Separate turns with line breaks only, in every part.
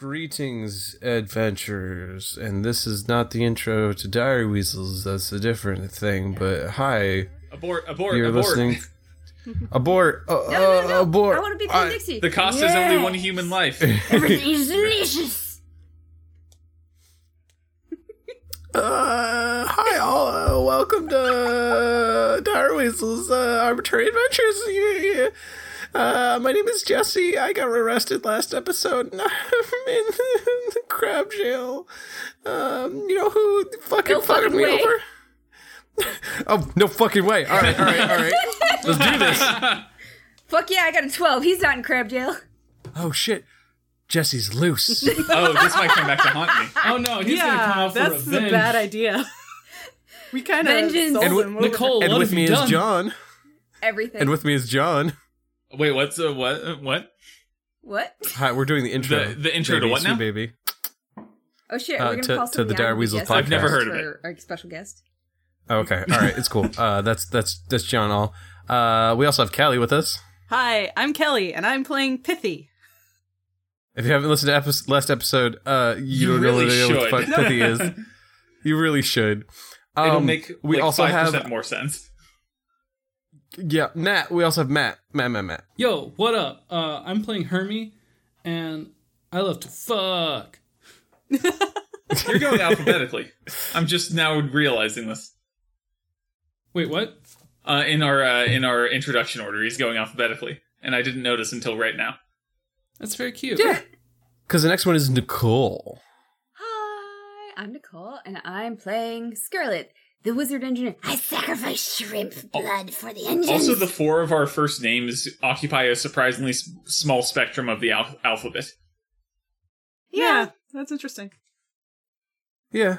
Hastings Adventures, and this is not the intro to Diary Weasels. That's a different thing. But hi,
Abort, abort,
you're
abort.
listening. abort, uh,
No, no, no.
uh, abort.
I want to be
I-
Team Dixie.
The cost is only one human life.
Everything is delicious.
Uh, hi all, uh, welcome to uh, Dire Weasel's uh, Arbitrary Adventures. Yeah, yeah. Uh, my name is Jesse. I got arrested last episode. and I'm in the crab jail. Um, you know who fucking
No
fucked
fucking
me
way.
over? oh, no fucking way. All right, all right, all right. Let's do this.
Fuck yeah, I got a 12. He's not in crab jail.
Oh shit. Jesse's loose.
Oh, this might come back to haunt me.
Oh no, he's gonna come out for
that's
revenge.
a bad idea. We kind of
Vengeance. And
with-
Nicole,
and
what
with
have
me
you
is
done?
John.
Everything.
And with me is John.
Wait, what's uh, what? What?
what?
Hi, we're doing the intro.
The- the intro to
Baby,
what
sweet
now?
Baby.
Oh shit,
Uh,
we're gonna
to-
call
to the
somebody
Dire
on
Weasel
guest
I've
never heard of
for Our special guest.
Oh, Okay. All right. It's cool. Uh, that's that's that's John All. Uh, we also have Callie with us.
Hi, I'm Kelly, and I'm playing Pithy.
If you haven't listened to episode, last episode, uh, you,
You
don't
really
really know what the fuck
should.
Pithy is. You really should. Um,
It'll make
we
like,
also
5%
have
more sense.
yeah Matt. We also have Matt. Matt. Matt. Matt.
Yo, what up? Uh, I'm playing Hermie, and I love to fuck.
You're going alphabetically. I'm just now realizing this.
Wait, what?
Uh, in our uh, in our introduction order, he's going alphabetically, and I didn't notice until right now.
That's very cute.
Because the next one is Nicole.
Hi, I'm Nicole, and I'm playing Scarlet, the wizard engineer. I sacrifice shrimp's blood for the engine.
Oh. Also, the four of our first names occupy a surprisingly s- small spectrum of the al- alphabet.
Yeah, that's interesting.
Yeah.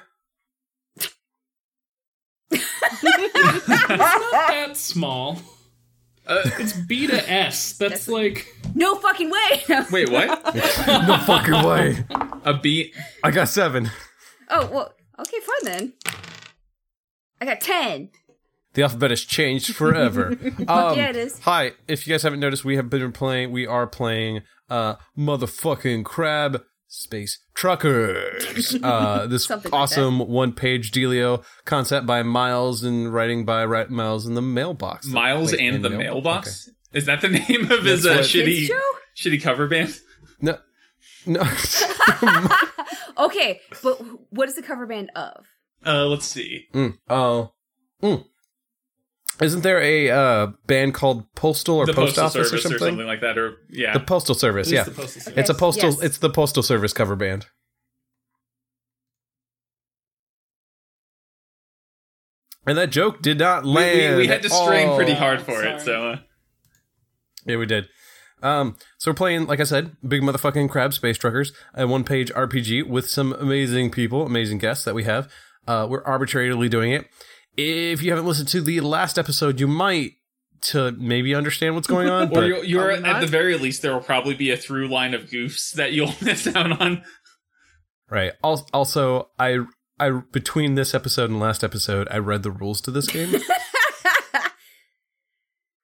That small.
Uh,
It's B to S. That's like
no fucking way. No.
Wait, what?
No fucking way.
a B?
I got seven.
Oh well. Okay, fine then. I got ten.
The alphabet has changed forever. Um,
yeah, it is.
Hi, if you guys haven't noticed, we have been playing. We are playing uh, motherfucking crab space truckers. Uh, this
Something like
awesome one-page dealio concept by Miles and writing by Ri- Miles in the mailbox.
Miles
Wait,
and the
mail-
Mailbox? Is that the name of his uh,
That's what-
shitty
Kids show?
shitty cover band?
Okay. No, no.
Okay, but wh- what is the cover band of?
Uh, let's see.
Mm. Oh. Mm. Isn't there a uh, band called Postal or
the
Post
postal
Office
service
or something?
like that, or yeah,
The Postal Service.
It's
Yeah,
the postal service.
Okay.
it's a postal.
Yes.
It's the Postal Service cover band. And that joke did not
We- we,
land.
we had to string
at all.
pretty hard for
Sorry.
it. So uh,
Yeah, we did. Um, so we're playing, like I said, big motherfucking crab space truckers, a one-page RPG with some amazing people, amazing guests that we have. Uh, we're arbitrarily doing it. If you haven't listened to the last episode, you might to maybe understand what's going on.
or
but-
you're, you're
Are we
at the
not?
very least, there will probably be a through line of goofs that you'll miss out on.
Right. Al- Also, I I between this episode and last episode, I read the rules to this game.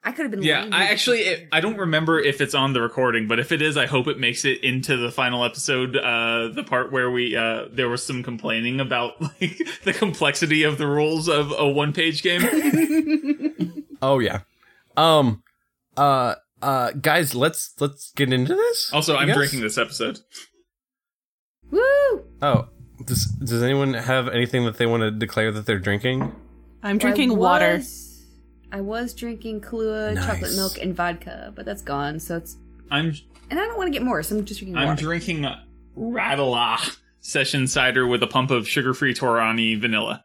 I could have been.
Yeah,
Mm-hmm.
lying.
I actually it, I don't remember if it's on the recording, but if it is, I hope it makes it into the final episode. Uh, the part where we uh, there was some complaining about like the complexity of the rules of a one page game.
oh yeah. Um uh uh guys, let's let's get into this.
also,
I
I'm
guess?
drinking this episode.
Woo!
Oh, does does anyone have anything that they want to declare that they're drinking?
I'm drinking
I
water.
was- I was drinking Kahlua, chocolate
Nice.
milk, and vodka, but that's gone. So it's
I'm
and I don't want to get more, so I'm just drinking
I'm
water.
drinking Rattala session cider with a pump of sugar-free Torani vanilla.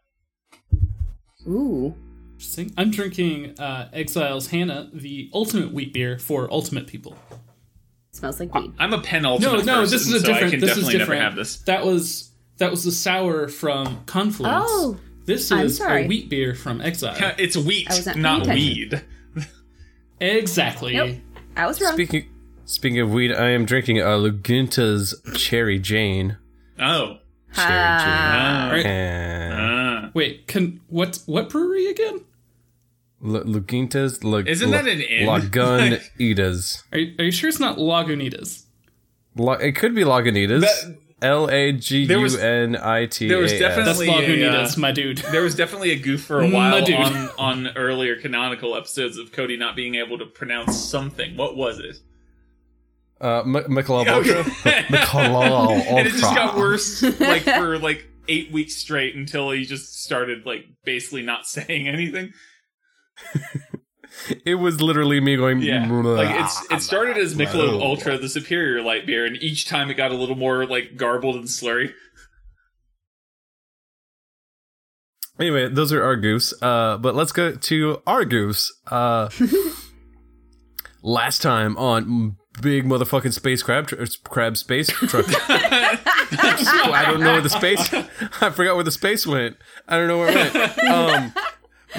Ooh,
Interesting. I'm drinking uh, Exiles Hannah, the ultimate wheat beer for ultimate people.
smells like weed.
I'm a
No,
penultimate.
no,
person,
this is a
so I
different.
can
this is
definitely
different.
never have this.
That was that was the sour from Confluence.
Oh,
this
I'm
is
sorry.
a wheat beer from Exile.
It's wheat,
I was not
not
paying
weed.
exactly.
Nope, I was wrong.
Speaking speaking of weed, I am drinking a Lugunta's Cherry Jane.
Oh.
Ah.
Ah.
Alright.
And
Ah.
Wait, can what what brewery again?
L- Lugunta's L-
Isn't that an inn?
Lagun Itas.
Are you, are you sure it's not Lagunitas?
La- it could be Lagunitas.
That-
L A G
There was-
U N I T.
there was
A S.
definitely-
That's Lagunitas,
Yeah.
my dude.
There was definitely a goof for a
My
while
dude.
on, on earlier canonical episodes of Cody not being able to pronounce something. What was it?
Uh, M- McLaughlin. McCall
and it just got
Ultra.
worse like for like eight weeks straight until he just started like basically not saying anything.
It was literally me going. "Mm, uh,
Yeah, like it's it started as Michelob
Wow.
Ultra, the superior light beer, and each time it got a little more like garbled and slurry.
Anyway, those are our goofs. Uh, but let's go to our goofs. Uh, last time on big motherfucking space crab tr- er, crab space truck. I don't know where the space. I forgot where the space went. I don't know where it went. Um,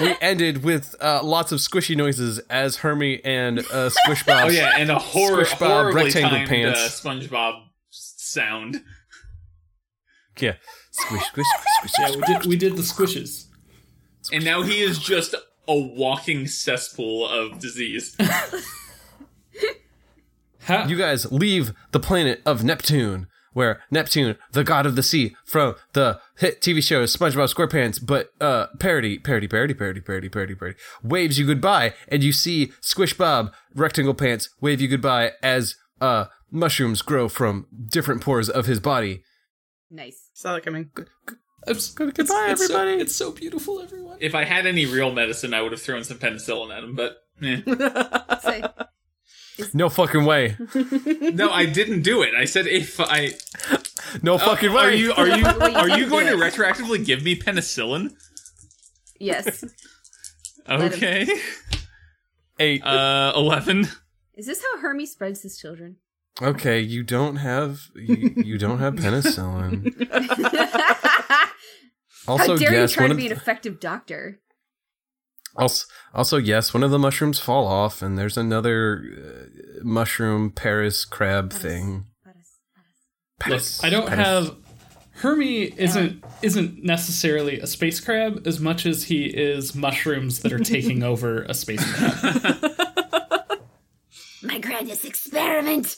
we ended with uh, lots of squishy noises as Hermie and uh, Squish Bob.
Oh yeah, and a horror,
Squishbob
horribly
rectangle
timed
pants.
Uh, SpongeBob s- sound.
yeah. Squish, squish, squish, squish.
Yeah, we did, we did the squishes.
And now he is just a walking cesspool of disease.
Ha-
You guys leave the planet of Neptune, where Neptune, the god of the sea, from the hit TV show SpongeBob SquarePants, but uh, parody, parody, parody, parody, parody, parody, parody, waves you goodbye, and you see Squish Bob, Rectangle Pants, wave you goodbye as uh, mushrooms grow from different pores of his body.
Nice.
Saw that coming.
it's,
Goodbye,
it's so-
everybody.
it's so beautiful, everyone.
if I had any real medicine, I would have thrown some penicillin at him, but eh.
So,
No fucking way.
no, I didn't do it. I said if I
No fucking way.
Oh, are you are you
Well, you
are
did
you going
do
to
it.
retroactively give me penicillin?
yes. him.
Okay,
eight?
uh, eleven.
Is this how Hermes spreads his children?
okay, you don't have you, you don't have penicillin. Also,
how dare
yes,
you try
one
to
of
be an
the-
effective doctor?
Also, also, yes, one of the mushrooms fall off, and there's another uh, mushroom Paris crab thing.
Look,
Paris,
I don't
Paris.
have Hermie isn't isn't necessarily a space crab as much as he is mushrooms that are taking over a space crab.
My grandest experiment.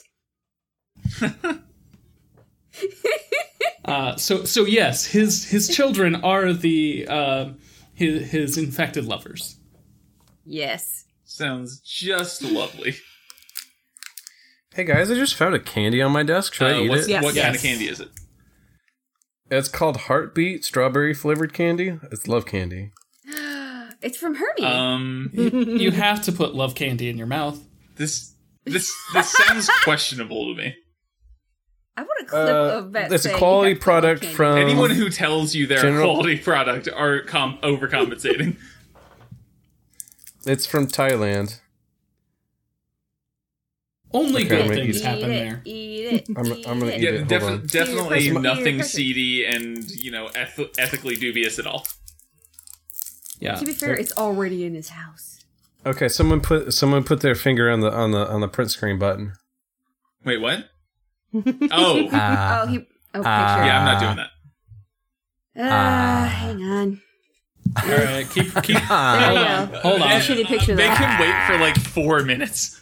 Uh, so so yes, his his children are the uh, his his infected lovers.
Yes.
Sounds just lovely.
Hey guys, I just found a candy on my desk. Should I
Uh,
eat
what's-
it?
Yes.
What kind of
Yes.
candy is it?
It's called Heartbeat Strawberry Flavored Candy. It's love candy.
It's from Hermes.
Um,
you have to put love candy in your mouth.
this this this sounds questionable to me.
I want a clip
uh,
of that.
it's a
saying
quality
you have to
product
love candy.
from-
Anyone who tells you they're
General-
a quality product are com- overcompensating.
It's from Thailand.
Only
Okay,
good
I'm gonna
things
eat
Eat
happen
it,
there.
Eat it.
I'm-
eat
I'm gonna
it.
eat
yeah,
it. hold
defi-
on.
definitely
You're perfect.
nothing
You're perfect.
seedy and you know eth- ethically dubious at all.
Yeah.
To be fair, it's already in his house.
Okay, someone put someone put their finger on the on the on the print screen button.
Wait, what? Oh, yeah,
oh, he. Oh, picture.
ah.
I'm not doing that.
uh,
Ah, hang on.
All right, keep keep
There
Ah,
you
on,
go.
hold on.
Shitty picture. of
Make
that.
him wait for like four minutes.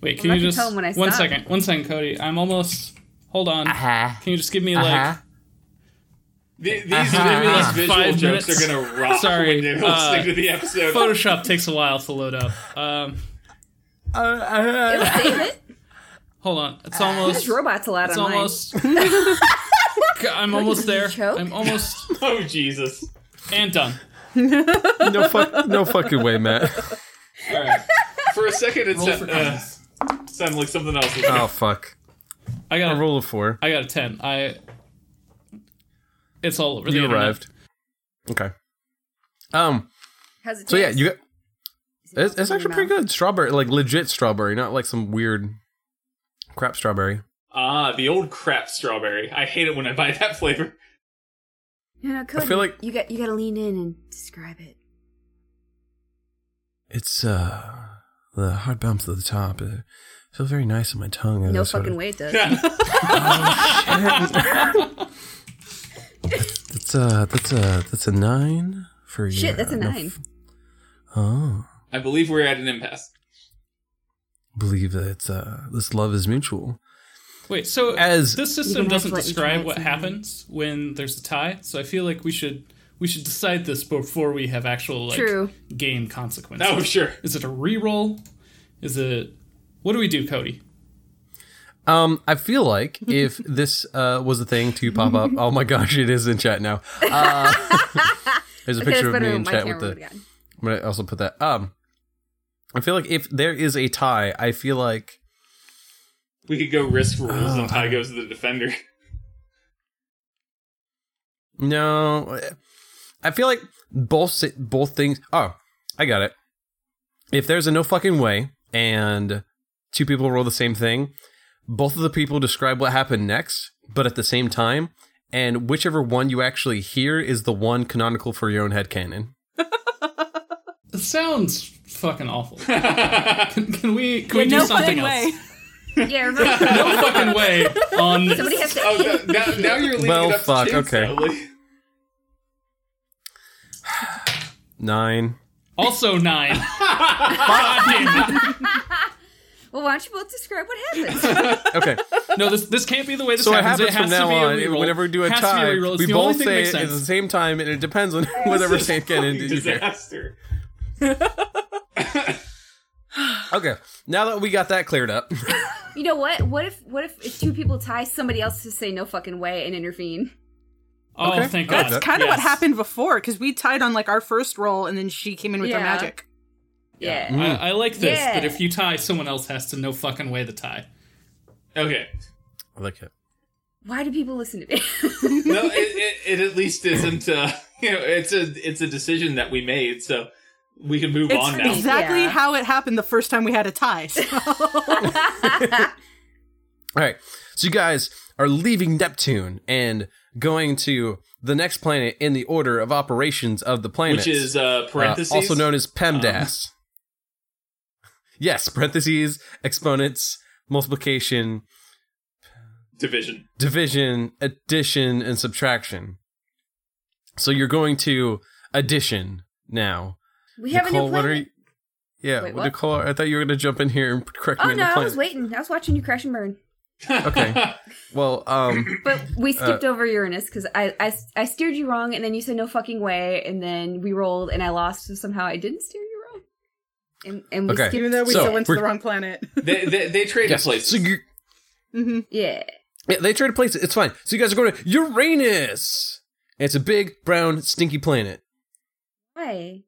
Wait, can
I
you
can
just
tell when I
one
stop.
second, one second, Cody. I'm almost. Hold on.
Uh-huh.
Can you just give me like
Th- These,
Maybe
these
Ah.
like
visual
five
jokes
minutes.
are gonna rock
Sorry,
when you're
uh,
listening to the episode.
Photoshop takes a while to load up. Um,
Uh,
It'll save it.
hold on, it's
There's
almost.
Uh, robots allowed
It's
online.
almost. I'm almost there.
choke?
I'm almost
oh Jesus!
and done.
uh, no, fuck, no fucking way, Matt.
All right,
For a second, it
roll for
sounded uh,
kindness.
sounded like something else. was-
Oh fuck!
I
A
got a,
roll of four.
I got a ten. I. It's all over. the
You
internet.
arrived. Okay. Um.
How's it
So yeah,
taste?
you got
Is it
it's,
in
it's
your
actually pretty
mouth?
good. Strawberry, like legit strawberry, not like some weird crap strawberry.
Ah, the old crap strawberry. I hate it when I buy that flavor.
No, no, Cody,
feel like-
you got you got to lean in and describe it.
It's uh the hard bumps at the top. It feels very nice on my tongue.
No fucking way it does.
That's uh that's a that's a nine for you.
Shit, that's a nine.
oh,
I believe we're at an impasse.
believe that it's, uh this love is mutual.
Wait, so
As-
this
You
system
can
doesn't
isolate each
describe
other's
what
mind.
happens when there's a tie, so I feel like we should we should decide this before we have actual like
True.
game consequences.
Oh, sure.
Is it a reroll? Is it what do we do, Cody?
Um, I feel like if this uh, was a thing to pop up, oh my gosh, it is in chat now. Uh, there's a
Okay,
picture of
that's
me
better.
in
My
chat
camera
with the.
would've gone.
I'm gonna also put that. Um, I feel like if there is a tie, I feel like
We could go risk rules
Oh.
and tie goes to the defender.
no, I feel like both si- both things. Oh, I got it. If there's a no fucking way and two people roll the same thing, both of the people describe what happened next, but at the same time, and whichever one you actually hear is the one canonical for your own headcanon.
It sounds fucking awful. can, can we can we do
no fucking
something else?
way.
Yeah, right.
No fucking way on this.
Somebody has to.
Oh, now, now you're leading
Well,
it up
fuck,
to Jinx,
okay.
Ellie.
Nine.
Also nine.
Well, why don't you both describe what happens?
Okay.
No, this this can't be the way this
So it happens
happens. it
from
has to
now
be a
on.
reroll.
Whenever we do a
Has to be
tie,
reroll. It's
we
the only
both
thing that
say
makes
it at the
sense.
same time, and it depends on whatever Sam Cannon
Fucking
you hear.
disaster.
Okay, now that we got that cleared up,
you know what? What if what if, if two people tie somebody else to say no fucking way and intervene?
Oh,
Okay.
thank God.
That's
That's kind of what
Yes.
happened before because we tied on like our first roll, and then she came in with her
Yeah.
magic.
Yeah.
I, I like this
Yeah.
that if you tie, someone else has to no fucking way the tie.
Okay.
I like it.
Why do people listen to me?
No, it, it, it at least isn't. Uh, you know, it's a it's a decision that we made, so we can move on now.
It's exactly
Yeah.
how it happened the first time we had a tie. so-
All right, so you guys are leaving Neptune and going to the next planet in the order of operations of the planet,
Which is uh, parentheses. Um.
also known as PEMDAS. yes, parentheses, exponents, multiplication,
division.
division, addition, and subtraction. So you're going to addition now.
we have a new
what are
planet.
you? Yeah,
Wait,
well,
what?
Nicole, I thought you were going to jump in here and correct
Oh
me on
no,
the
I
planet.
was waiting. I was watching you crash and burn.
Okay. well, um,
But we skipped over Uranus because I, I I steered you wrong, and then you said no fucking way, and then we rolled, and I lost, so somehow I didn't steer you wrong. And and we
Okay.
skipped.
Even though we
So,
still went to
we're-
the wrong planet.
They they, they traded
yes.
places.
So you,
hmm
Yeah.
yeah, they traded places. It's fine. So you guys are going to Uranus. And it's a big, brown, stinky planet.
Why?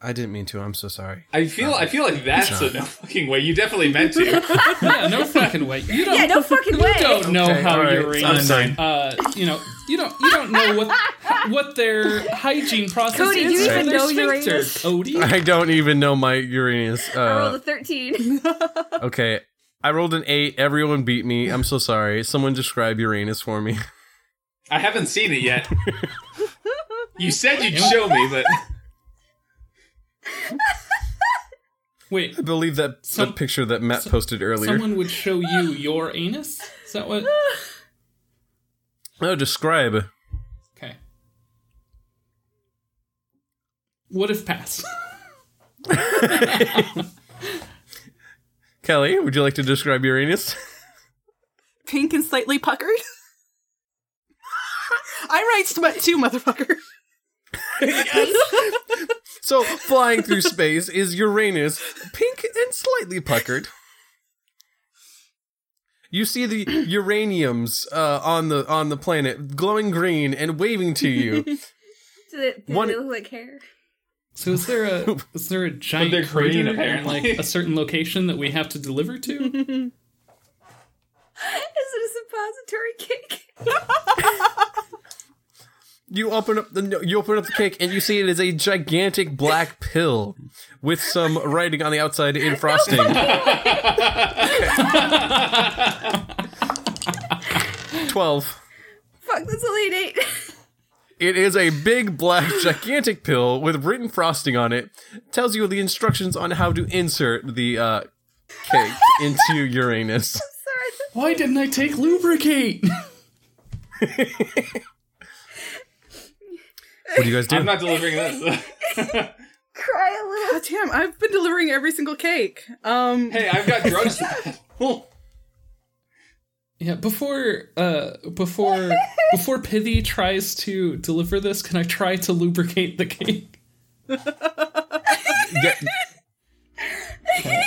I didn't mean to. I'm so sorry.
I feel I feel like that's a no fucking way. You definitely meant to.
yeah, no fucking way. You don't.
Yeah, no fucking way.
you don't know
Okay,
how
all right,
I'm
Uranus.
sorry.
Uh, you know, you don't. You don't know what what their hygiene process
Cody, do
is.
you
for
even
their
know Uranus?
sphincters, Odie?
I don't even know my Uranus.
I rolled a
Uh,
thirteen.
okay. I rolled an eight. Everyone beat me. I'm so sorry. Someone describe Uranus for me.
I haven't seen it yet. You said you'd show me, but
Wait,
I believe that the
Some-
picture that Matt posted earlier.
someone would show you your anus. Is that what?
No, Oh, describe.
Okay. What if pass?
Kelly, would you like to describe Uranus?
Pink and slightly puckered. I write smut too, motherfucker.
So flying through space is Uranus, pink and slightly puckered. You see the uraniums uh, on the on the planet glowing green and waving to you.
Do they, do
One-
they look like hair?
So is there a is there a giant
they're green,
crater in
apparently.
like a certain location that we have to deliver to?
Is it a suppository cake?
You open up the no, you open up the cake and you see it is a gigantic black pill with some writing on the outside in frosting. Twelve.
Fuck, that's only an eight.
It is a big black gigantic pill with written frosting on it. Tells you the instructions on how to insert the uh, cake into Uranus.
Sorry, that's
Why didn't I take lubricate?
What do you guys do?
I'm not delivering this.
cry a little.
God damn, I've been delivering every single cake. Um,
hey, I've got drugs.
Yeah, before uh before before Pithy tries to deliver this, can I try to lubricate the cake?
Yeah,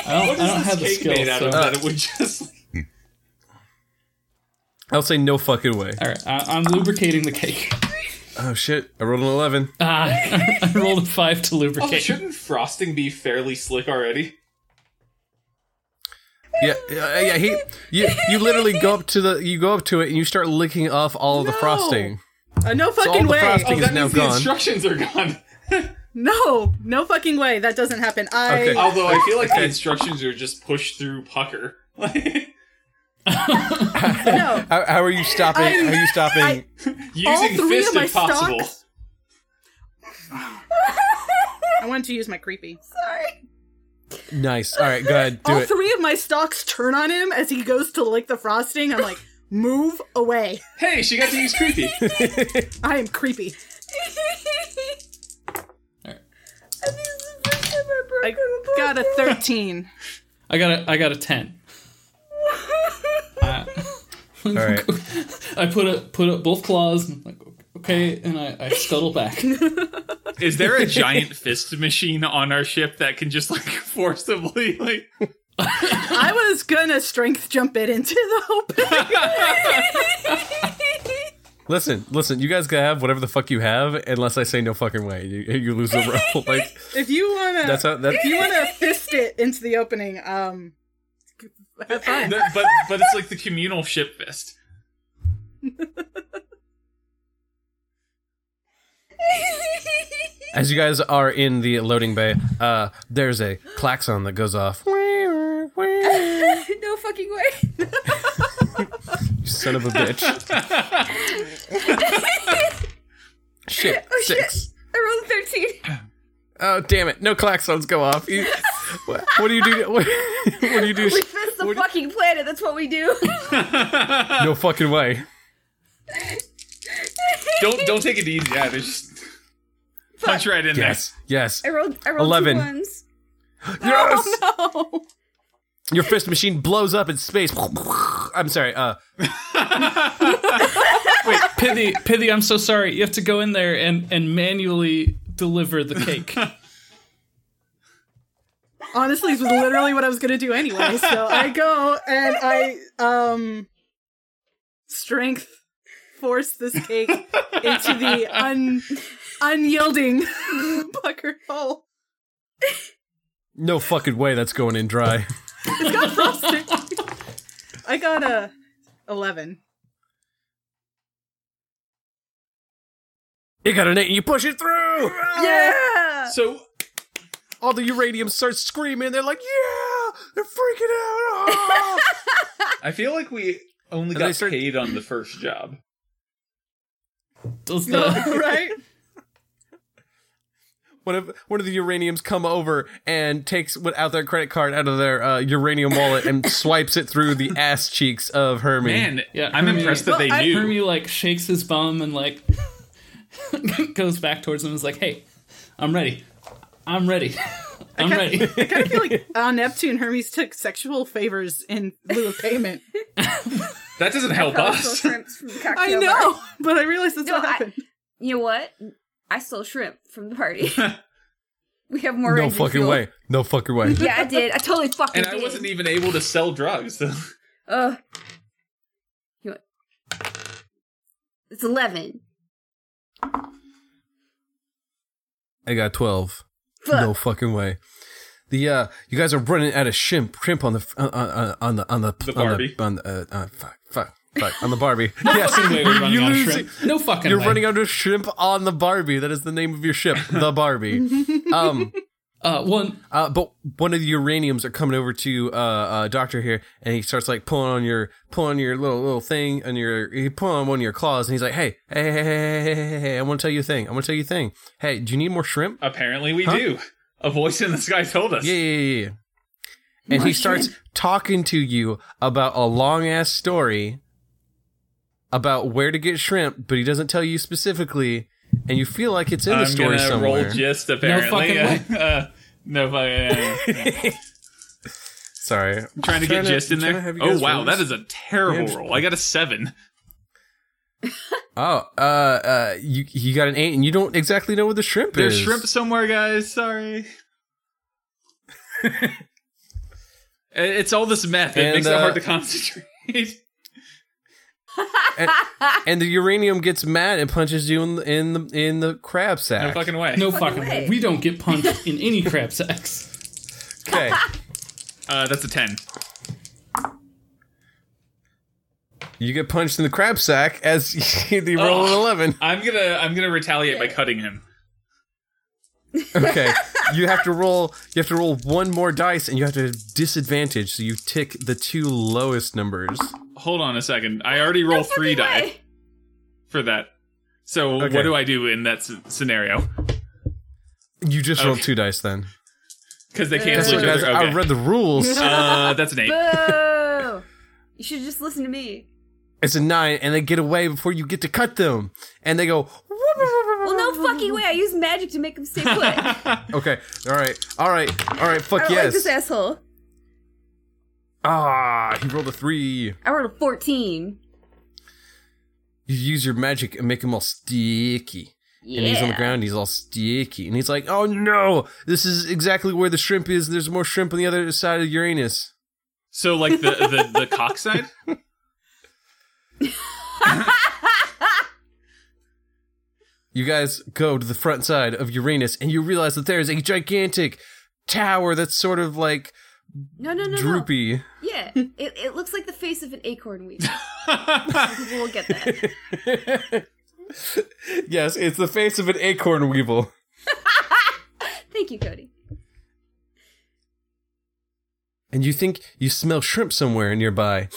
I don't, I don't have the
Cake
skill.
made out
so-
of that. It would just.
I'll say no fucking way.
All right, I, I'm lubricating the cake.
Oh shit! I rolled an eleven.
Ah, I rolled a five to
Oh,
lubricate.
shouldn't frosting be fairly slick already?
Yeah, yeah, yeah. He, you, you literally go up to the, you go up to it, and you start licking off all of the
No.
frosting.
Uh, no
all
fucking
the
way.
frosting-
Oh,
Thing is
that
now
means the
gone.
instructions are gone.
No, no fucking way. That doesn't happen. I
Okay.
Although I feel like the instructions are just push through pucker. Using
no.
How, how are you stopping?
I-
how are you stopping?
I- All three
fist
of my
if possible.
stocks. I wanted to use my creepy.
Sorry.
nice. All right, go ahead, do
All
it.
three of my stocks turn on him as he goes to lick the frosting. I'm like, move away.
Hey, she got to use creepy.
I am creepy.
I think this is the first time I broke
I
a book.
got a 13.
I got a I got a ten. I,
all right.
I put up put up both claws and I'm like okay, and I, I scuttle back.
Is there a giant fist machine on our ship that can just like forcibly like?
I was gonna strength jump it into the open.
Listen, listen. You guys gotta have whatever the fuck you have, unless I say no fucking way. You, you lose the roll. Like
If you wanna,
that's how. That's
if you wanna fist it into the opening, um, have fun.
No, but but it's like the communal ship fist.
as you guys are in the loading bay. Uh, there's a klaxon that goes off. You
no fucking way.
son of a bitch. Oh, shit. Six.
I rolled a 13.
Oh damn it! No klaxons go off. You, what, what do you do? What, what do you do?
We fist the fucking planet. That's what we do.
No fucking way.
Don't don't take it easy. Yeah, they just punch right in
Yes, yes.
I rolled. I rolled
11.
two ones.
Yes!
No.
Your fist machine blows up in space. I'm sorry. Uh,
Wait, Pithy, Pithy, I'm so sorry. You have to go in there and and manually deliver the cake.
Honestly, this was literally what I was gonna do anyway. So I go and I um strength force this cake into the un unyielding pucker hole.
no fucking way. That's going in dry.
It's got frosting. I got a eleven.
You got an eight. and You push it through.
Yeah.
there. So
All the uranium starts screaming. They're like, yeah, they're freaking out. Ah!
I feel like we only
And they
got
start-
paid on the first job.
Does the,
right?
one of one of the uraniums come over and takes what out their credit card out of their uh, uranium wallet and swipes it through the ass cheeks of Hermie.
Man,
Yeah,
I'm
Hermie-
impressed that
Well,
they
I-
knew.
Hermie like shakes his bum and like goes back towards him and is like, "Hey, I'm ready. I'm ready. I'm ready."
I kind of feel like on Neptune, Hermes took sexual favors in lieu of payment.
that doesn't help
Stole
us.
shrimps from the cocktail
I
bar.
know, but I realized that's
No,
what
I-
happened.
You know what? I stole shrimp from the party. we have more.
no
engine
fucking
fuel.
way. No fucking way.
Yeah, I did. I totally fucking
And
did.
I wasn't even able to sell drugs. So.
Ugh. You want- It's eleven.
I got twelve.
Fuck.
No fucking way. The uh, you guys are running out of shrimp, shrimp on the uh, uh, on the on the
The
on
Barbie.
the, on the uh, uh, fuck, fuck, fuck, on the Barbie. yes,
Fucking way we're running
you
out of
lose-
shrimp. No fucking
you're
way.
running out of shrimp on the Barbie. That is the name of your ship, the Barbie. um,
Uh, one.
uh, but one of the uraniums are coming over to uh, uh doctor here, and he starts like pulling on your pulling on your little little thing, and your he pulling on one of your claws, and he's like, hey, hey, hey, hey, hey, hey, hey, hey, I want to tell you a thing. I want to tell you a thing. Hey, do you need more shrimp?
Apparently, we do. A voice in the sky told us.
Yeah, yeah, yeah. yeah. And he starts talking to you about a long ass story about where to get shrimp, but he doesn't tell you specifically, and you feel like it's in the
I'm
story
gonna
somewhere.
Uh, roll gist. Apparently,
fucking
Uh, no fucking.
It's Sorry. I'm
trying to get gist in
trying to
there.
have you
Oh
guys
wow,
roll
that
this.
is a terrible
Yeah.
roll. I got a seven.
Oh, uh, uh, you you got an eight, and you don't exactly know where the shrimp
There's
is.
shrimp somewhere, guys. Sorry. It- it's all this meth. It
And,
makes it
uh,
hard to concentrate.
and, and the uranium gets mad and punches you in the in the, in the crab
no
sack.
fucking way.
No
Fucking
fucking way.
way.
We don't get punched in any crab sex.
okay,
Uh, that's a ten.
you get punched in the crab sack as you roll an
Ugh.
eleven.
I'm gonna I'm gonna retaliate by cutting him.
Okay, you have to roll. You have to roll one more dice, and you have to have disadvantage. So you tick the two lowest numbers.
Hold on a second. I already rolled three
Fucking
die
way.
for that. So
Okay.
what do I do in that s- scenario?
You just roll
Okay.
two dice then.
Because
Uh,
they
That's
cancel
what,
each
guys.
other.
I
Okay.
read the rules.
uh, that's an eight.
Boo! you should just listen to me.
It's a nine, and they get away before you get to cut them. And they go.
Well, no fucking way. I use magic to make him stay put. I
Okay. All right. All right. All right. Fuck
don't like
yes.
this asshole.
ah, he rolled a three.
I rolled a 14.
You use your magic and make him all sticky. And he's on the
Yeah.
ground. He's all sticky, and he's like, "Oh no! This is exactly where the shrimp is. There's more shrimp on the other side of Uranus."
So like the the, the cock side.
You guys go to the front side of Uranus, and you realize that there is a gigantic tower that's sort of like
No, no, no, no.
droopy.
Yeah. It, it looks like the face of an acorn weed. People will get that.
yes, it's the face of an acorn weevil.
Thank you, Cody.
And you think you smell shrimp somewhere nearby.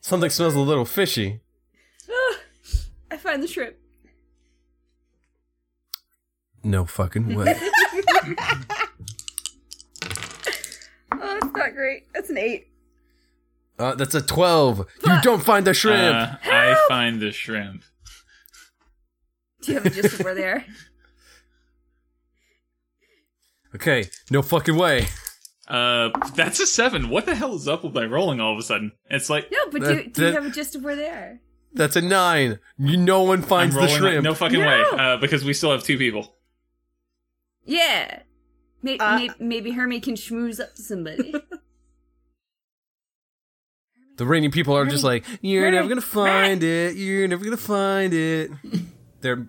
Something smells a little fishy.
I find the shrimp.
No fucking way.
Oh, that's not great. That's an 8.
Uh, that's a 12. You don't find the shrimp.
Uh, I find the shrimp.
Do you have a gist of where they are?
okay, no fucking way.
Uh, that's a seven. What the hell is up with my rolling all of a sudden? It's like
No, but do,
That-
do you
that-
have a gist of where they are?
That's a 9. You, no one
I'm
finds the
rolling.
shrimp.
No fucking
No.
way. Uh, because we still have two people.
Yeah. Maybe,
Uh,
maybe, maybe Hermie can schmooze up to somebody.
the rainy people are just like, you're never going to find it. You're never going to find it. They're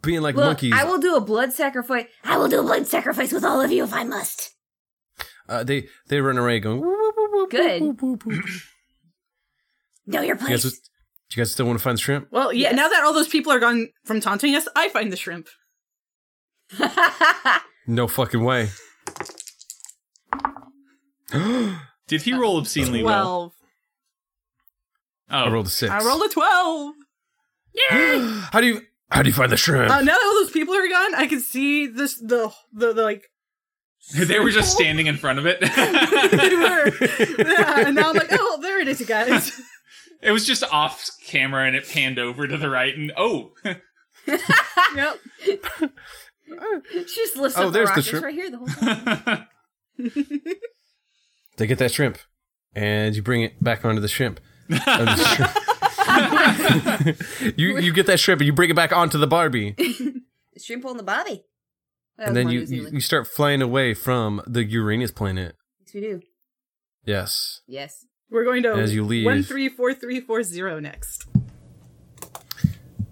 being like
Look,
monkeys.
I will do a blood sacrifice. I will do a blood sacrifice with all of you if I must.
uh, they, they run away going, "Woo, woo, woo,
Good.
woo, woo, woo."
Know your
You guys,
place.
do you guys still want to find the shrimp?
Well, yeah,
Yes.
now that all those people are gone from taunting us, I find the shrimp.
No fucking way.
Did he roll obscenely well?
Twelve.
Oh,
I rolled a six.
I rolled a twelve.
How do you how do you find the shrimp?
Uh, now that all those people are gone, I can see this the the, the like
they were just standing in front of it.
they were. Yeah, and now I'm like, oh, there it is, you guys.
it was just off camera, and it panned over to the right, and oh,
yep.
she just lifts
Oh,
up the
there's the
rockets
shrimp.
right here the whole time.
They get that shrimp, and you bring it back onto the shrimp. And the shrimp- you you get that shrimp and you bring it back onto the Barbie,
shrimp on the body. That
and
was
then
more
you,
New
you
Zealand.
you start flying away from the Uranus planet.
Yes, we do.
Yes,
Yes.
We're going to
As you leave.
one three four three four zero next.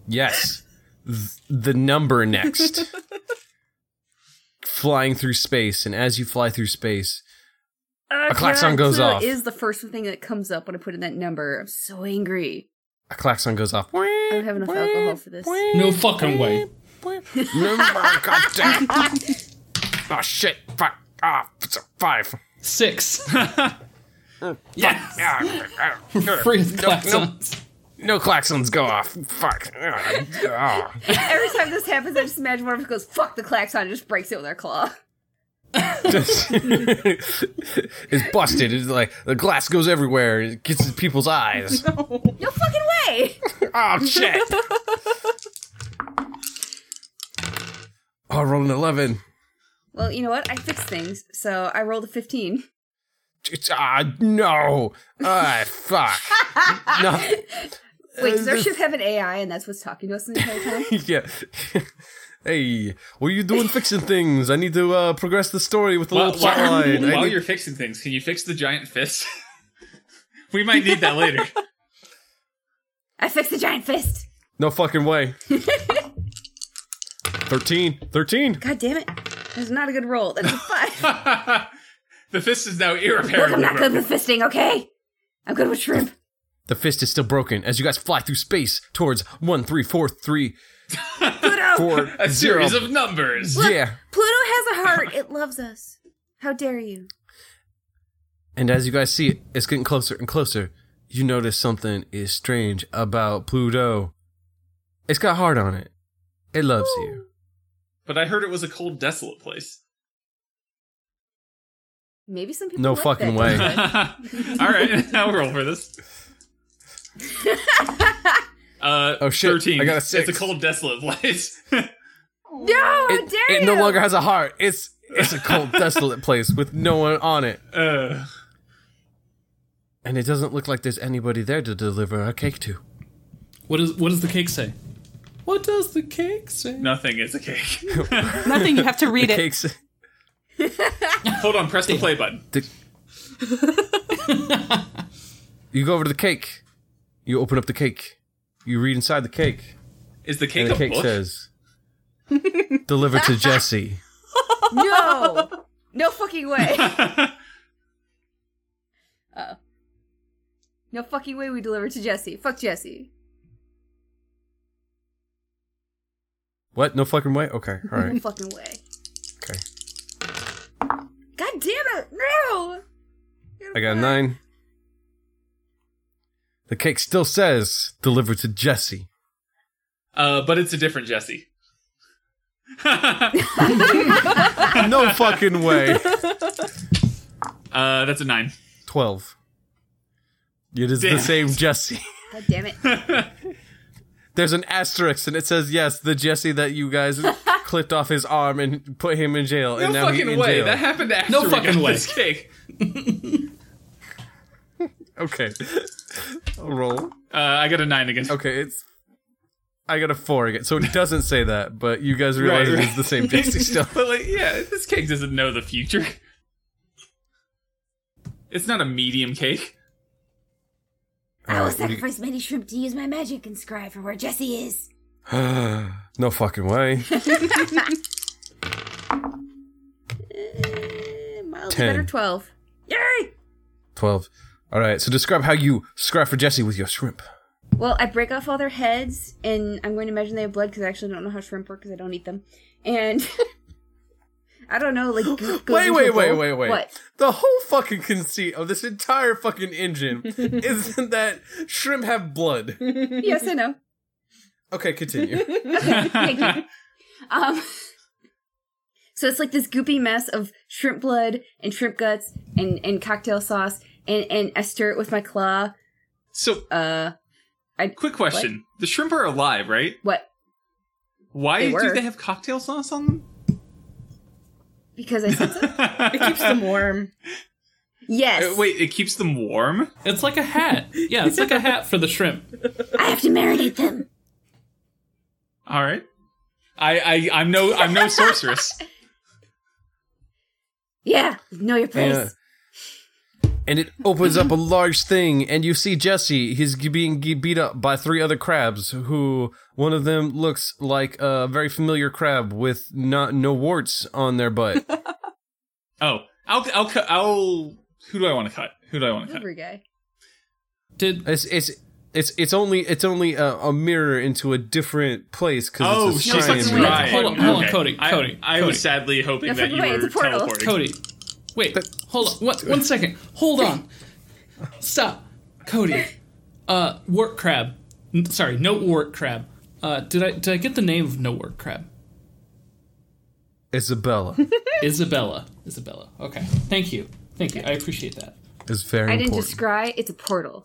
yes. Th- the number next, flying through space, and as you fly through space,
A
klaxon goes off.
Is the first thing that comes up when I put in that number. I'm so angry.
a klaxon goes off.
I don't have enough alcohol for this.
No fucking way.
God damn. Oh shit! Fuck! Ah, it's a five.
Six.
yes.
Ah,
Free of klaxons.
no klaxons go off. Fuck! Ah, ah.
Every time this happens, I just imagine one of us goes, fuck the klaxon, and just breaks it with our claw.
it's busted. It's like the glass goes everywhere. It gets in people's eyes.
No fucking way!
Oh shit! Oh, I rolled an eleven.
Well, you know what? I fixed things, so I rolled a 15.
Ah, no. Ah, fuck. no.
Wait, does
Uh,
our
this-
ship have an AI and that's what's talking to us the entire time?
yeah. hey, what are you doing fixing things? I need to uh, progress the story with a
While,
little plot
while-
line. I
while
need-
you're fixing things, can you fix the giant fist? we might need that later.
I fixed the giant fist.
No fucking way. 13. 13.
God damn it. That was not a good roll. That's a 5.
the fist is now
Look, I'm
irreparable.
not good with fisting, okay? I'm good with shrimp.
The fist is still broken as you guys fly through space towards 13434.
Pluto!
A series
Zero.
of numbers.
Yeah.
Pluto has a heart. It loves us. How dare you?
And as you guys see it, it's getting closer and closer. You notice something is strange about Pluto. It's got heart on it. It loves you.
But I heard it was a cold, desolate place.
Maybe some people
No
like
fucking
that
way.
kind of
All right, now roll for this. Uh,
Oh, shit,
13.
I got a
It's
six.
a cold, desolate place.
No, how
It,
dare
it
you?
no longer has a heart. It's it's a cold, desolate place with no one on it.
uh,
And it doesn't look like there's anybody there to deliver a cake to.
What is what does the cake say? What does the cake say?
nothing is a cake.
Nothing. You have to read
the
it.
cake's
Hold on, press the play button.
You go over to the cake. You open up the cake. You read inside the cake.
Is the cake
And the
a
cake
book?
says Deliver to Jesse.
No! No fucking way. oh. No fucking way we deliver to Jesse. Fuck Jesse.
What? No fucking way? Okay. All
No
right.
fucking way.
Okay.
God damn it! No!
I got a nine. The cake still says deliver to Jesse.
Uh, but it's a different Jesse. uh,
No fucking way.
Uh, that's a nine.
Twelve. It is
Damn.
the same Jesse.
God damn it.
There's an asterisk and it says yes, the Jesse that you guys clipped off his arm and put him in jail.
No
and now he
fucking
in
way.
jail.
That happened after
No
we
fucking
got
way.
this cake.
okay. I'll roll.
Uh, I got a nine again.
Okay, it's. I got a four again, so it doesn't say that, but you guys realize
Right,
it's the same Jesse still.
but like, yeah, this cake doesn't know the future. It's not a medium cake.
I will
Alright, what do you-
sacrifice many shrimp to use my magic and scry for where Jesse is.
no fucking way.
Eh, mildly
Ten.
better 12. Yay!
Twelve. All right, so describe how you scrap for Jesse with your shrimp.
Well, I break off all their heads, and I'm going to imagine they have blood because I actually don't know how shrimp work because I don't eat them. And I don't know, like go- goes
Wait,
into
wait,
a
wait,
bowl.
wait, wait.
What?
The whole fucking conceit of this entire fucking engine isn't that shrimp have blood.
Yes, I know.
Okay, continue.
Thank you. Um, so it's like this goopy mess of shrimp blood and shrimp guts and and cocktail sauce, and and I stir it with my claw.
So,
Uh,
quick question: the shrimp are alive, right?
what?
Why
They
do
were.
they have cocktail sauce on them?
Because I said so.
It keeps them warm.
Yes.
Uh, Wait, it keeps them warm.
It's like a hat. Yeah, it's like a hat for the shrimp.
I have to marinate them.
All right. I, I I'm no I'm no sorceress.
Yeah. Know your place.
Yeah. uh, And it opens up a large thing, and you see Jesse. He's g- being g- beat up by three other crabs. Who one of them looks like a very familiar crab with not no warts on their butt.
Oh, I'll I'll cut. I'll who do I want to cut? Who do I want to cut?
Delivery guy.
Did
it's it's it's it's only it's only a, a mirror into a different place because
Oh,
it's a
she's like
shrine
Hold on,
right.
hold on, hold on, Cody,
I,
Cody,
I
Cody.
was sadly hoping
No,
that
fucking
you
way,
were
it's a portal.
teleporting.
Cody? Wait, hold on. What? One second. Hold on. Stop, Cody. Uh, wart crab. N- Sorry, no wart crab. Uh, did I did I get the name of no wart crab?
Isabella
Isabella. Isabella. Okay. Thank you. Thank you. I appreciate that.
is very
I didn't
important.
just scry. It's a portal.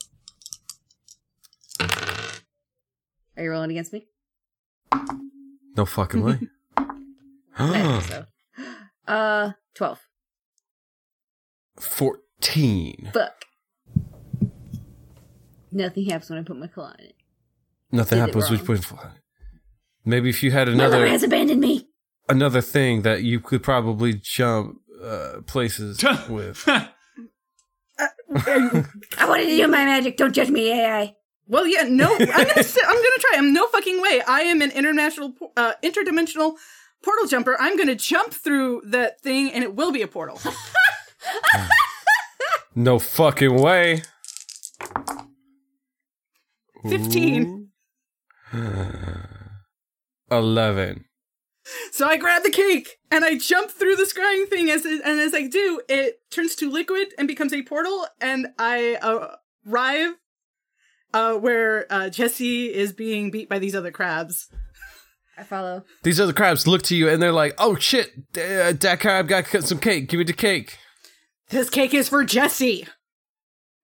Are you rolling against me?
no fucking way.
I think so. Uh, 12.
14.
Fuck. Nothing happens when I put my claw in it.
Nothing
did it
happens. Which
wrong.
point? for- Maybe if you had
My lover
another
has abandoned me.
another thing that you could probably jump uh, places with.
I wanted to do my magic. Don't judge me, AI.
Well, yeah, no, I'm gonna, st- I'm gonna try. I'm no fucking way. I am an international, por- uh, interdimensional portal jumper. I'm gonna jump through that thing, and it will be a portal.
No fucking way.
Fifteen.
Eleven.
So I grab the cake and I jump through the scrying thing. As it, and as I do, it turns to liquid and becomes a portal, and I uh, arrive uh, where uh, Jesse is being beat by these other crabs.
I follow.
These other crabs look to you and they're like, "Oh shit, d- uh, that crab got cut some cake. Give me the cake."
This cake is for Jesse,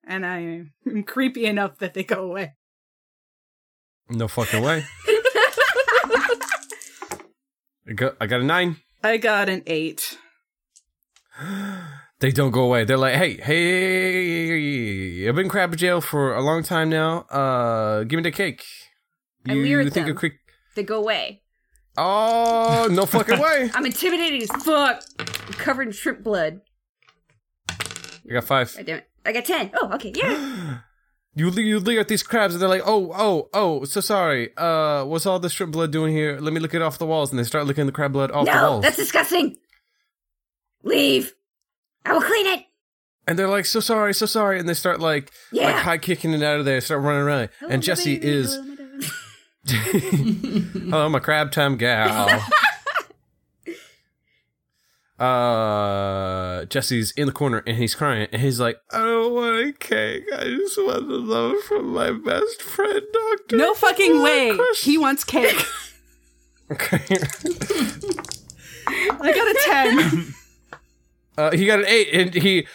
and I am creepy enough that they go away.
No fucking way. I got, I got a nine.
I got an eight.
They don't go away. They're like, "Hey, hey, I've been in crab jail for a long time now. Uh, give me the cake."
I leered
think
them.
a creek?
They go away.
Oh, no fucking way!
I'm intimidated as fuck. I'm covered in shrimp blood.
I got five.
God damn it. I got 10. Oh, okay. Yeah.
You le- you leer at these crabs and they're like, oh oh oh, so sorry. Uh, what's all this shrimp blood doing here? Let me lick it off the walls, and they start licking the crab blood off the
no,
walls.
that's disgusting. Leave. I will clean it.
and they're like, so sorry, so sorry, and they start like like
Yeah.
high kicking it out of there, start running around.
Hello,
and
my
Jesse
baby.
is,
Hello, my darling.
oh, I'm a crab time gal. uh, Jesse's in the corner and he's crying and he's like, "Oh, I don't want a cake. I just want the love from my best friend, Doctor.
No fucking way.
Chris.
He wants cake.
Okay.
I got a 10.
Uh, he got an eight, and he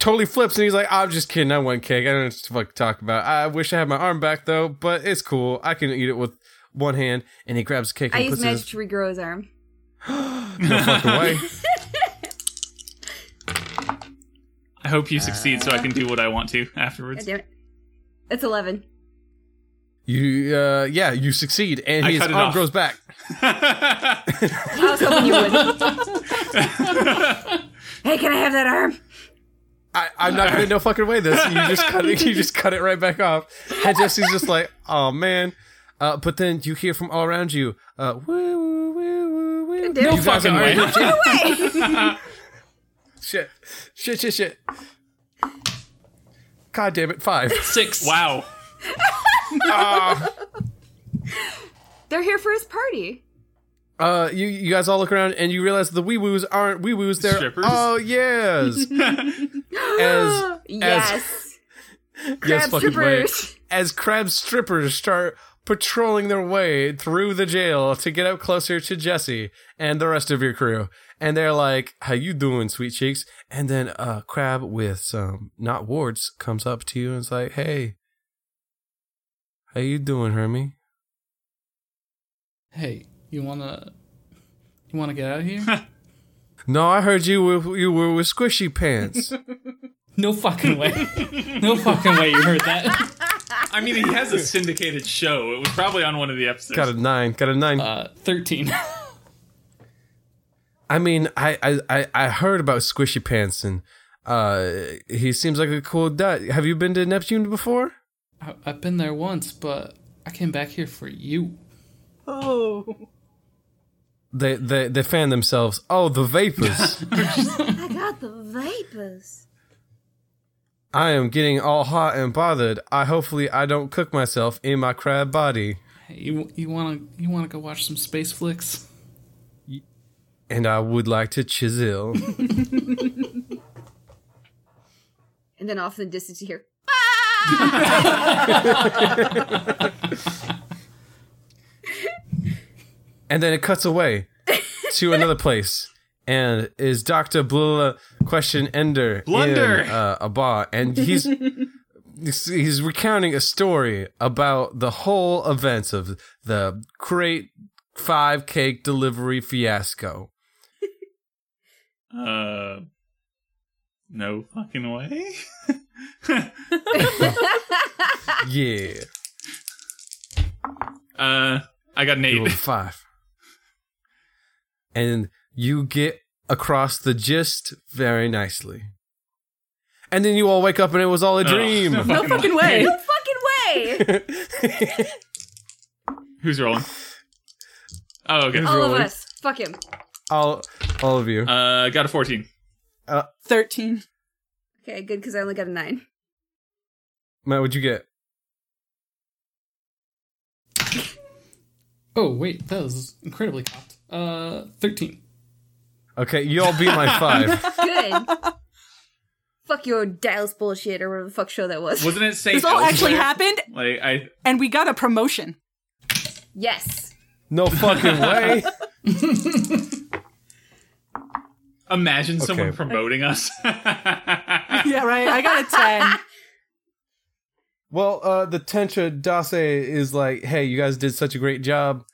totally flips, and he's like, "I'm just kidding. I want cake. I don't know what to fucking talk about. I wish I had my arm back though, but it's cool. I can eat it with one hand." And he grabs the cake
I
and
use
puts
magic
it
to regrow his arm.
in his no fucking way.
I hope you succeed so I can do what I want to afterwards.
God damn it. It's 11.
You, uh, yeah, you succeed, and
I
his
cut it
arm
off.
grows back.
I was hoping you would. hey, can I have that arm?
I, I'm not gonna no fucking way this. You just cut it. You just cut it right back off. And Jesse's just like, "Oh man." Uh, but then you hear from all around you, uh, woo, woo, woo, woo, woo.
No
You guys
fucking
are-
way.
Shit. Shit, shit, shit. God damn it, five.
Six.
wow.
They're here for his party.
Uh, you you guys all look around and you realize the wee woos aren't wee woos. They're
Strippers?
oh yes, as
Yes.
yes fucking way.
strippers.
as crab strippers start patrolling their way through the jail to get up closer to Jesse and the rest of your crew. And they're like, "How you doing, sweet cheeks?" And then a crab with some not warts comes up to you and is like, "Hey, how you doing, Hermie?"
Hey, you wanna you wanna get out of here?
No, I heard you were you were with squishy pants.
no fucking way. No fucking way. You heard that?
I mean, he has a syndicated show. It was probably on one of the episodes.
got a nine. Got a nine.
Uh, thirteen.
I mean, I, I I I heard about squishy pants and uh, he seems like a cool dude. Have you been to Neptune before?
I, I've been there once, but I came back here for you.
Oh.
They they they fan themselves. Oh, the vapors!
I got the vapors.
I am getting all hot and bothered. I hopefully I don't cook myself in my crab body.
Hey, you you wanna you wanna go watch some space flicks?
And I would like to chisel.
And then off in the distance you hear,
and then it cuts away to another place and is Dr. Blula question Ender
Blunder.
in uh, a bar and he's he's- he's recounting a story about the whole events of the crate 5 cake delivery fiasco
Uh, no fucking way.
Yeah.
uh, I got an
You rolled a
eight.
five. And you get across the gist very nicely. And then you all wake up and it was all a dream.
no
No fucking way.
No fucking way.
Who's rolling? Oh, okay.
All of
Rolling.
us. Fuck him.
all, all of you.
Uh, got a fourteen.
13.
Okay, good because I only got a nine.
Matt, what'd you get?
Oh wait, that was incredibly cocked. Uh, thirteen.
Okay, you all beat my five.
Good. fuck your Dallas bullshit or whatever the fuck show that was.
Wasn't it Saint?
This all actually
Elsewhere?
happened,
Like I.
and we got a promotion.
Yes.
No fucking way.
Imagine someone
Okay.
promoting us.
Yeah, right. I got a 10.
Well, uh, the Tencha Dase is like, hey, you guys did such a great job.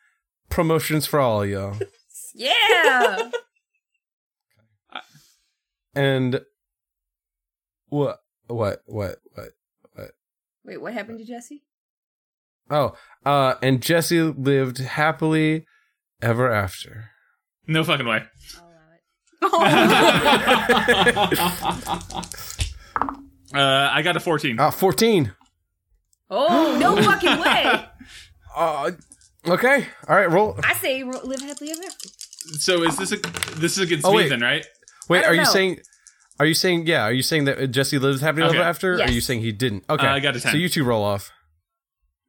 Promotions for all y'all.
Yeah.
And what? What? What? What?
Wait, what happened to Jesse?
Oh, uh, and Jesse lived happily ever after.
no fucking way. Uh, I got a fourteen.
Uh, 14.
Oh, no fucking way.
Uh, okay. All right, roll.
I say ro- live happily ever after.
So is this a this is against
Oh,
me
wait.
then, right?
Wait,
I don't
are you
know.
saying. Are you saying yeah? Are you saying that Jesse lived happily
Okay. Uh,
ever after? Or
Yes.
are you saying he didn't? Okay,
I got a 10.
So you two roll off.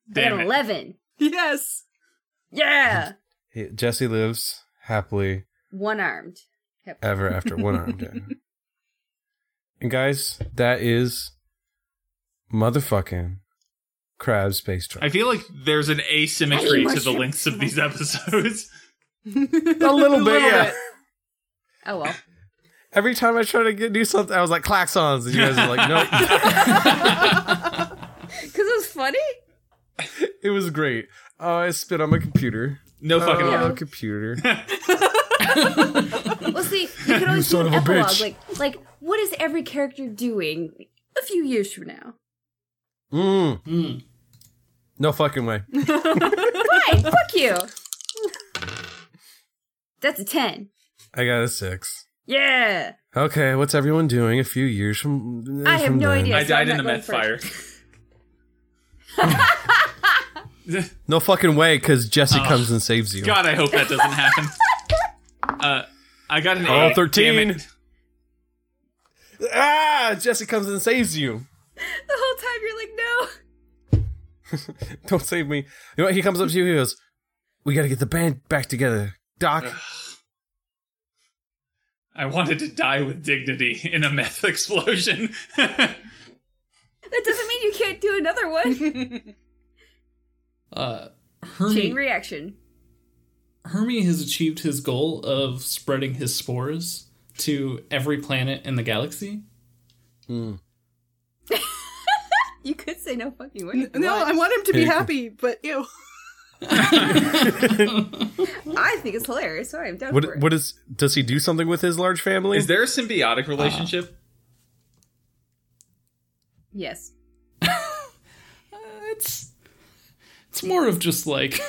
I
Damn
got
it.
11.
yes.
Yeah.
He- Jesse lives happily
One armed. Yep.
ever after one armed man. And guys, that is motherfucking crab space
I
truck.
feel like there's an asymmetry
Oh
Any
to the
more
lengths of these episodes.
A little bit, yeah.
Oh, well.
Every time I try to get, do something, I was like klaxons, and you guys are like, nope.
Because it was funny?
it was great. Oh, I spit on my computer.
No fucking way.
Oh, computer.
Well, see, you could always do
son of
an
a
epilogue.
bitch.
Like, like, what is every character doing a few years from now?
Mm. No fucking way.
Fine, fuck you. That's a 10.
I got a six.
Yeah.
Okay, what's everyone doing a few years from?
I have
from
no
then?
idea.
I
so I'm
died in a
not going
meth fire.
No fucking way, because Jesse comes and saves you.
Ah. God, I hope that doesn't happen. Uh, I got an
Oh,
eight.
13.
Damn it.
Ah, Jesse comes and saves you.
The whole time you're like, no.
don't save me. You know what? He comes up to you. He goes, "We got to get the band back together, Doc."
I wanted to die with dignity in a meth explosion.
That doesn't mean you can't do another one.
Uh,
Chain
Hermie,
reaction.
Hermie has achieved his goal of spreading his spores to every planet in the galaxy.
You could say no fucking way.
No, I want him to be happy, but ew.
I think it's hilarious. Sorry, I'm done for
What?
it.
What is? Does he do something with his large family?
Is there a symbiotic relationship?
Uh,
Yes.
it's it's more of just like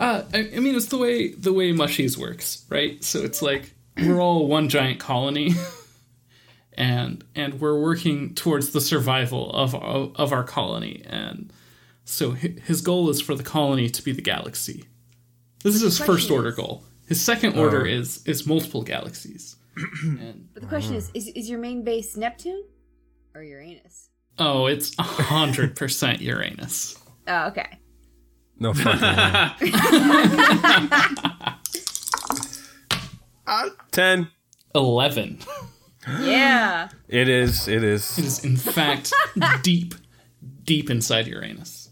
uh I, I mean it's the way the way mushies works right so it's like we're all one giant colony and and we're working towards the survival of of, of our colony and so hi- his goal is for the colony to be the galaxy this is his first order goal his second order is is multiple galaxies and
But the question
Ah.
is, is is your main base Neptune or Uranus?
oh it's 100% uranus
Oh, okay.
no fucking way. Ten.
11
Yeah.
It is. It
It
is.
is, in fact, deep, deep inside Uranus.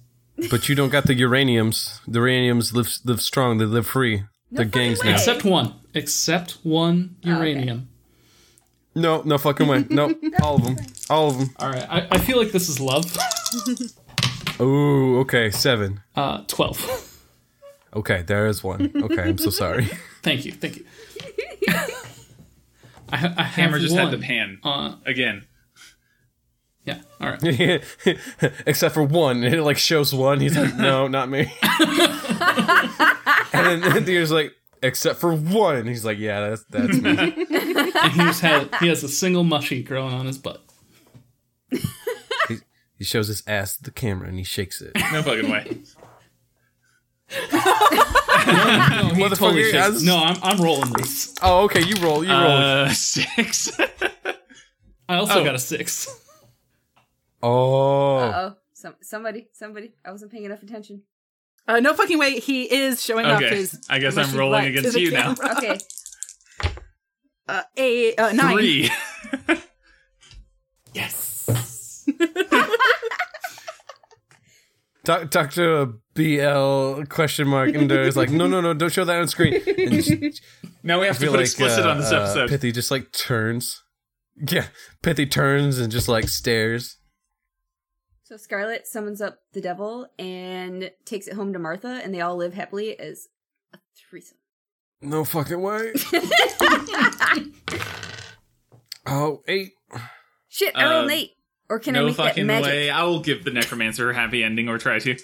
But you don't got the uraniums. The uraniums live live strong. They live free. They're gangs
fucking way.
now.
Except one. Except one uranium.
No, no fucking way. No, all of them. All of them.
All right. I, I feel like this is love.
Ooh, okay, seven.
Uh, 12.
Okay, there is one. Okay, I'm so sorry.
Thank you, thank you. I, ha- I have
Hammer just
one.
had the pan
Uh,
again.
yeah, all right.
Except for one, and it like shows one. He's like, no, not me. and then Theo's like, except for one. And he's like, yeah, that's that's me.
And he just had he has a single mushy growing on his butt.
He, he shows his ass to the camera and he shakes it.
No fucking way.
No, he
Motherfucker,
totally shakes-
guys.
No, I'm I'm rolling this.
Oh, okay, you roll, you roll.
Uh, six.
I also
Oh.
got a six.
oh,
Oh, some somebody, somebody. I wasn't paying enough attention.
Uh, no fucking way. He is showing off
Okay,
his.
I guess I'm
mushy
rolling
butt to
against
the
you now.
camera.
Okay,
Uh, a uh, nine.
Three.
Yes.
Doc, Doctor BL question mark and is like, no, no, no, don't show that on screen. And she-
Now we have to
feel
put
like
explicit
uh,
on this
uh,
episode.
Pithy just like turns. Yeah, Pithy turns and just like stares.
so Scarlet summons up the devil and takes it home to Martha, and they all live happily as a threesome.
No fucking way. oh, eight.
Shit, I rolled
Uh,
an eight. Or can I
no
make that
fucking
magic?
way. I will give the necromancer a happy ending or try to.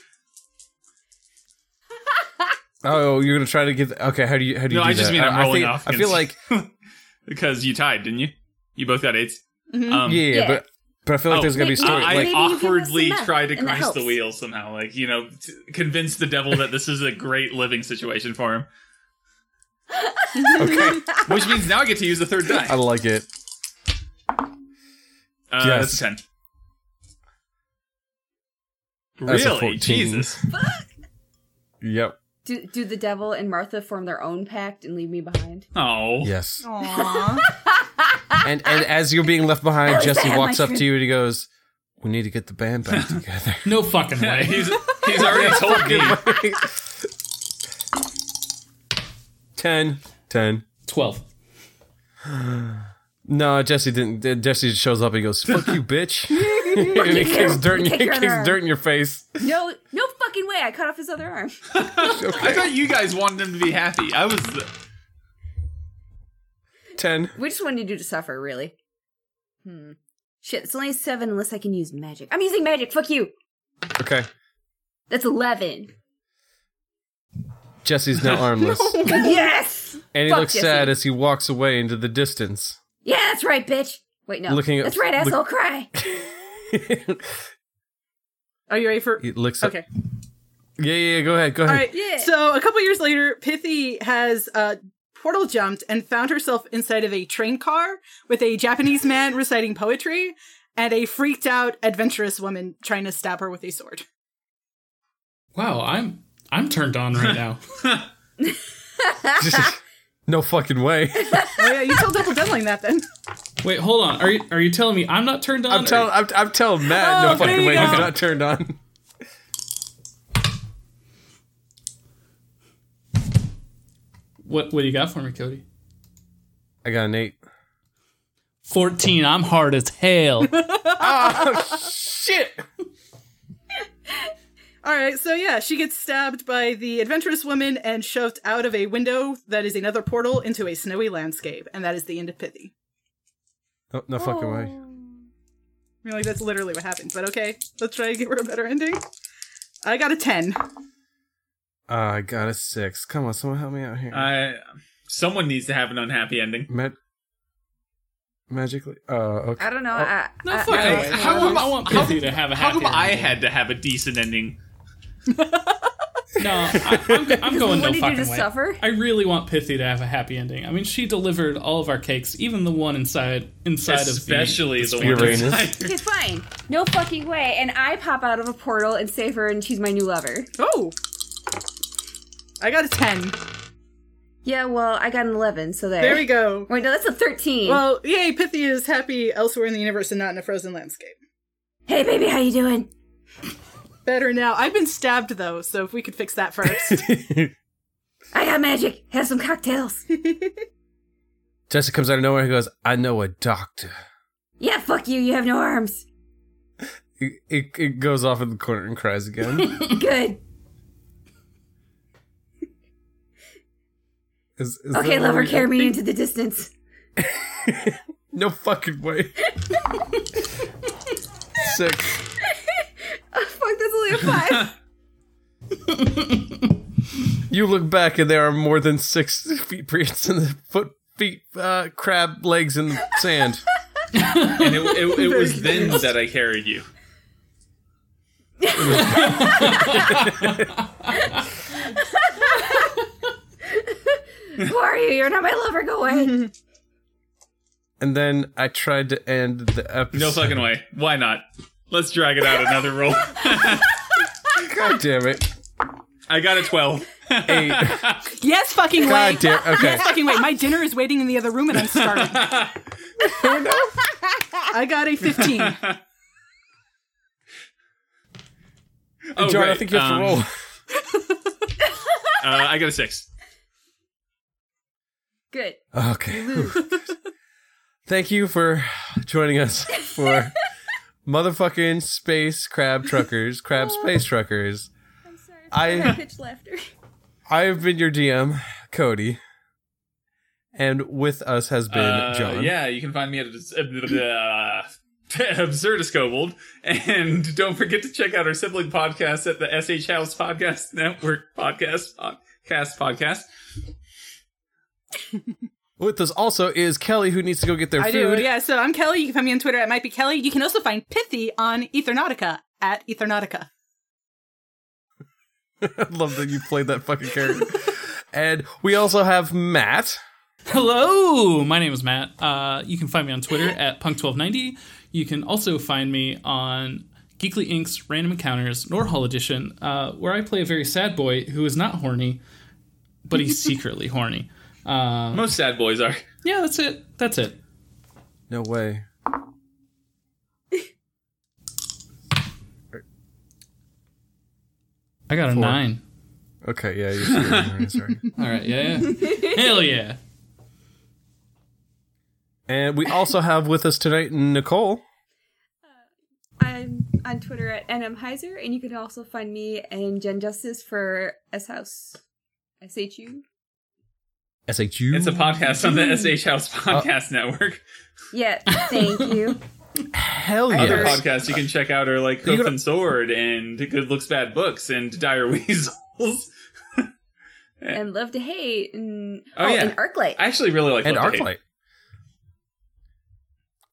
Oh, you're gonna try to get. Okay, how do you? How do you?
No,
do
I just
that?
mean I'm
I- I
rolling
think-
off
I feel like
against- Because you tied, didn't you? You both got 8s Um,
yeah,
Yeah.
but but I feel like
Oh.
there's gonna be
Like,
story.
I,
like
I
Mm-hmm. Maybe you give us
awkwardly
some math,
try to
and that
grease the
helps.
wheel somehow, like you know, t- convince the devil that this is a great living situation for him.
okay,
Which means now I get to use the third die.
I
Uh,
like it.
That's
yes.
Uh, ten.
That's a
really,
14.
Jesus.
Yep.
Do, do the devil and Martha form their own pact and leave me behind?
Oh,
Yes.
Aww.
And and as you're being left behind, Jesse
that,
walks
my
up to you and he goes, "We need to get the band back together."
No fucking way.
he's he's already told me.
Ten. Ten.
Twelve.
No, Jesse didn't. Jesse just shows up and goes, "Fuck you, bitch!" and he kicks dirt. In, he
Kick your
kicks
arm.
dirt in your face.
No, no fucking way! I cut off his other arm.
I thought you guys wanted him to be happy. I was.
Ten.
We just wanted you to suffer, really. Hmm. Shit, it's only seven unless I can use magic. I'm using magic. Fuck you.
Okay.
That's eleven.
Jesse's now armless,
yes.
and he
Fuck
looks
Jesse.
sad as he walks away into the distance.
Yeah, that's right, bitch. Wait, no.
Looking at-
that's right,
look-
asshole. Cry.
Are you ready for?
he looks. Up.
Okay.
Yeah, yeah. yeah, Go ahead. Go
All
ahead.
right.
Yeah.
So a couple years later, Pithy has uh, portal jumped and found herself inside of a train car with a Japanese man reciting poetry and a freaked out adventurous woman trying to stab her with a sword.
Wow, I'm I'm turned on right now.
no fucking way.
Oh yeah, you told double deadline that then.
Wait, hold on. Are you are you telling me I'm not turned on?
I'm telling. I'm, I'm telling Matt.
Oh,
no fucking
there
way.
you
He's
go.
not turned on.
what what do you got for me, Cody?
I got an eight.
Fourteen. I'm hard as hell.
Shit.
All right, so yeah, she gets stabbed by the adventurous woman and shoved out of a window that is another portal into a snowy landscape, and that is the end of Pithy.
No, no fucking way.
Oh.
I mean, like that's literally what happens. But okay, let's try to get her a better ending. I got a ten.
Uh, I got a six. Come on, someone help me out here.
I. Someone needs to have an unhappy ending.
Mag- magically. Uh, okay.
I don't know. I,
No
I,
fucking
I,
way.
Uh, how
I
come-
want
how-
Pithy to have a
How
happy
come I
ending.
had to have a decent ending?
No, I, I'm, I'm going no
wanted you
fucking
to
way.
suffer.
I really want Pithy to have a happy ending. I mean, she delivered all of our cakes, even the one inside inside
Especially
of
the,
the,
one
Uranus.
inside.
Okay, fine. No fucking way. And I pop out of a portal and save her, and she's my new lover.
Oh, I got a ten.
Yeah, well, I got an eleven, so there.
There we go.
Wait, no, that's a thirteen.
Well, yay, Pithy is happy elsewhere in the universe and not in a frozen landscape.
hey, baby, how you doing?
Better now. I've been stabbed though, so if we could fix that first.
I got magic. Have some cocktails.
Jessica comes out of nowhere and goes, "I know a doctor."
yeah, fuck you. You have no arms.
It, it, it goes off in the corner and cries again.
Good.
Is, is
Okay,
that where
lover,
we-
carry me into the distance.
No fucking way. Six.
Oh, fuck, that's only a five.
You look back, and there are more than six feet prints in the foot feet uh, crab legs in the sand.
And it, it, it was then that I carried you.
Who are you? You're not my lover. Go away.
And then I tried to end the episode.
No fucking way. Why not? Let's drag it out another roll.
God damn it.
I got a 12.
Eight.
Yes, fucking way.
God damn. Okay.
Yes, fucking way. My dinner is waiting in the other room and I'm starving. I got a 15.
Oh,
John, I
right,
think you have
um,
to roll.
Uh, I got a 6.
Good.
Okay. Thank you for joining us for motherfucking space crab truckers, crab
Oh.
space truckers.
I'm sorry.
I-
I pitch laughter.
I've been your DM, Cody, and with us has been
Uh,
John.
Yeah, you can find me at uh, Absurdist Kobold. And don't forget to check out our sibling podcast at the SH House Podcast Network Podcast Podcast Podcast.
With us also is Kelly, who needs to go get their
I
food.
do. Yeah, so I'm Kelly. You can find me on Twitter at Might Be Kelly. You can also find Pithy on Ethernautica at Ethernautica.
I love that you played that fucking character. and we also have Matt.
Hello, my name is Matt. Uh, you can find me on Twitter at punk1290. You can also find me on Geekly Inc.'s Random Encounters Norhall Edition, uh, where I play a very sad boy who is not horny, but he's secretly horny. Uh,
Most sad boys are.
yeah, that's it. That's it.
No way.
I got a nine.
Okay, yeah, you're sorry. sorry.
All right, yeah, yeah. hell yeah.
And we also have with us tonight Nicole.
I'm on Twitter at nmheiser, and you can also find me in Gen Justice for S House. S H U.
S-H-U.
It's a podcast on the SH House Podcast Network.
Yeah. Thank you.
Hell yeah.
Other
Yes.
podcasts you can check out are like
You
Hoof
gotta-
and Sword and Good Looks Bad Books and Dire Weasels.
and love to hate. And,
Oh, yeah.
And ArcLight.
I actually really like
and
Love to Hate.
Arclight.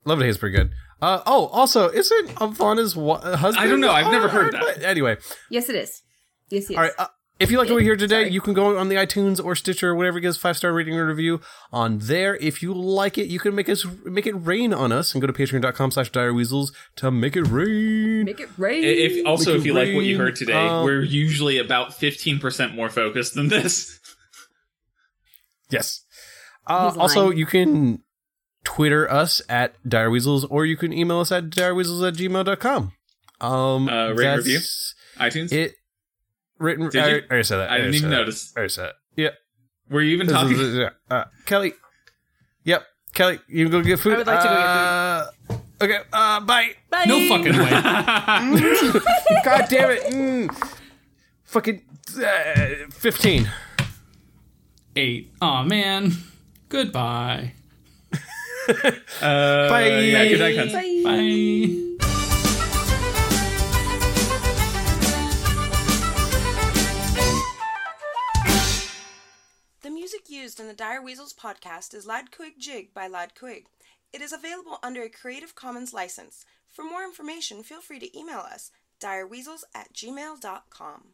Love to Hate is pretty good. Uh, oh, also, isn't Avana's wa- uh, husband?
I don't know. I've
on
never heard
Arclight?
that.
Anyway,
yes, it is. Yes, yes.
all right. Uh, if you like what we hear today,
Sorry.
you can go on the iTunes or Stitcher, or whatever gives five star rating or review on there. If you like it, you can make us make it rain on us and go to patreon.com slash direweasels to make it rain.
Make it rain.
I- If oh, also
We
if you
could
like what you
read,
heard today,
um,
we're usually about fifteen percent more focused than this.
Yes. Uh,
He's
also,
lying.
you can Twitter us at direweasels or you can email us at direweasels at gmail.com. Um,
Uh, rate and
that's
review? iTunes.
It written.
Did
I,
you?
I already said that.
I didn't
already
even
said that.
notice.
I already said that. Yeah.
Were you even
This is-
talking?
this is- uh, Kelly. Yep. Kelly, you can go get food.
I would like to go
go get food. Okay. Uh, bye.
Bye.
No fucking way.
God damn it. Mm. Fucking uh, 15.
Eight. Aw, man. Goodbye.
Uh,
Bye.
yeah, good night, cunts.
Bye.
Bye.
The music used in the Dire Weasels podcast is Lad Quig Jig by Lad Quig. It is available under a Creative Commons license. For more information, feel free to email us direweasels at gmail.com.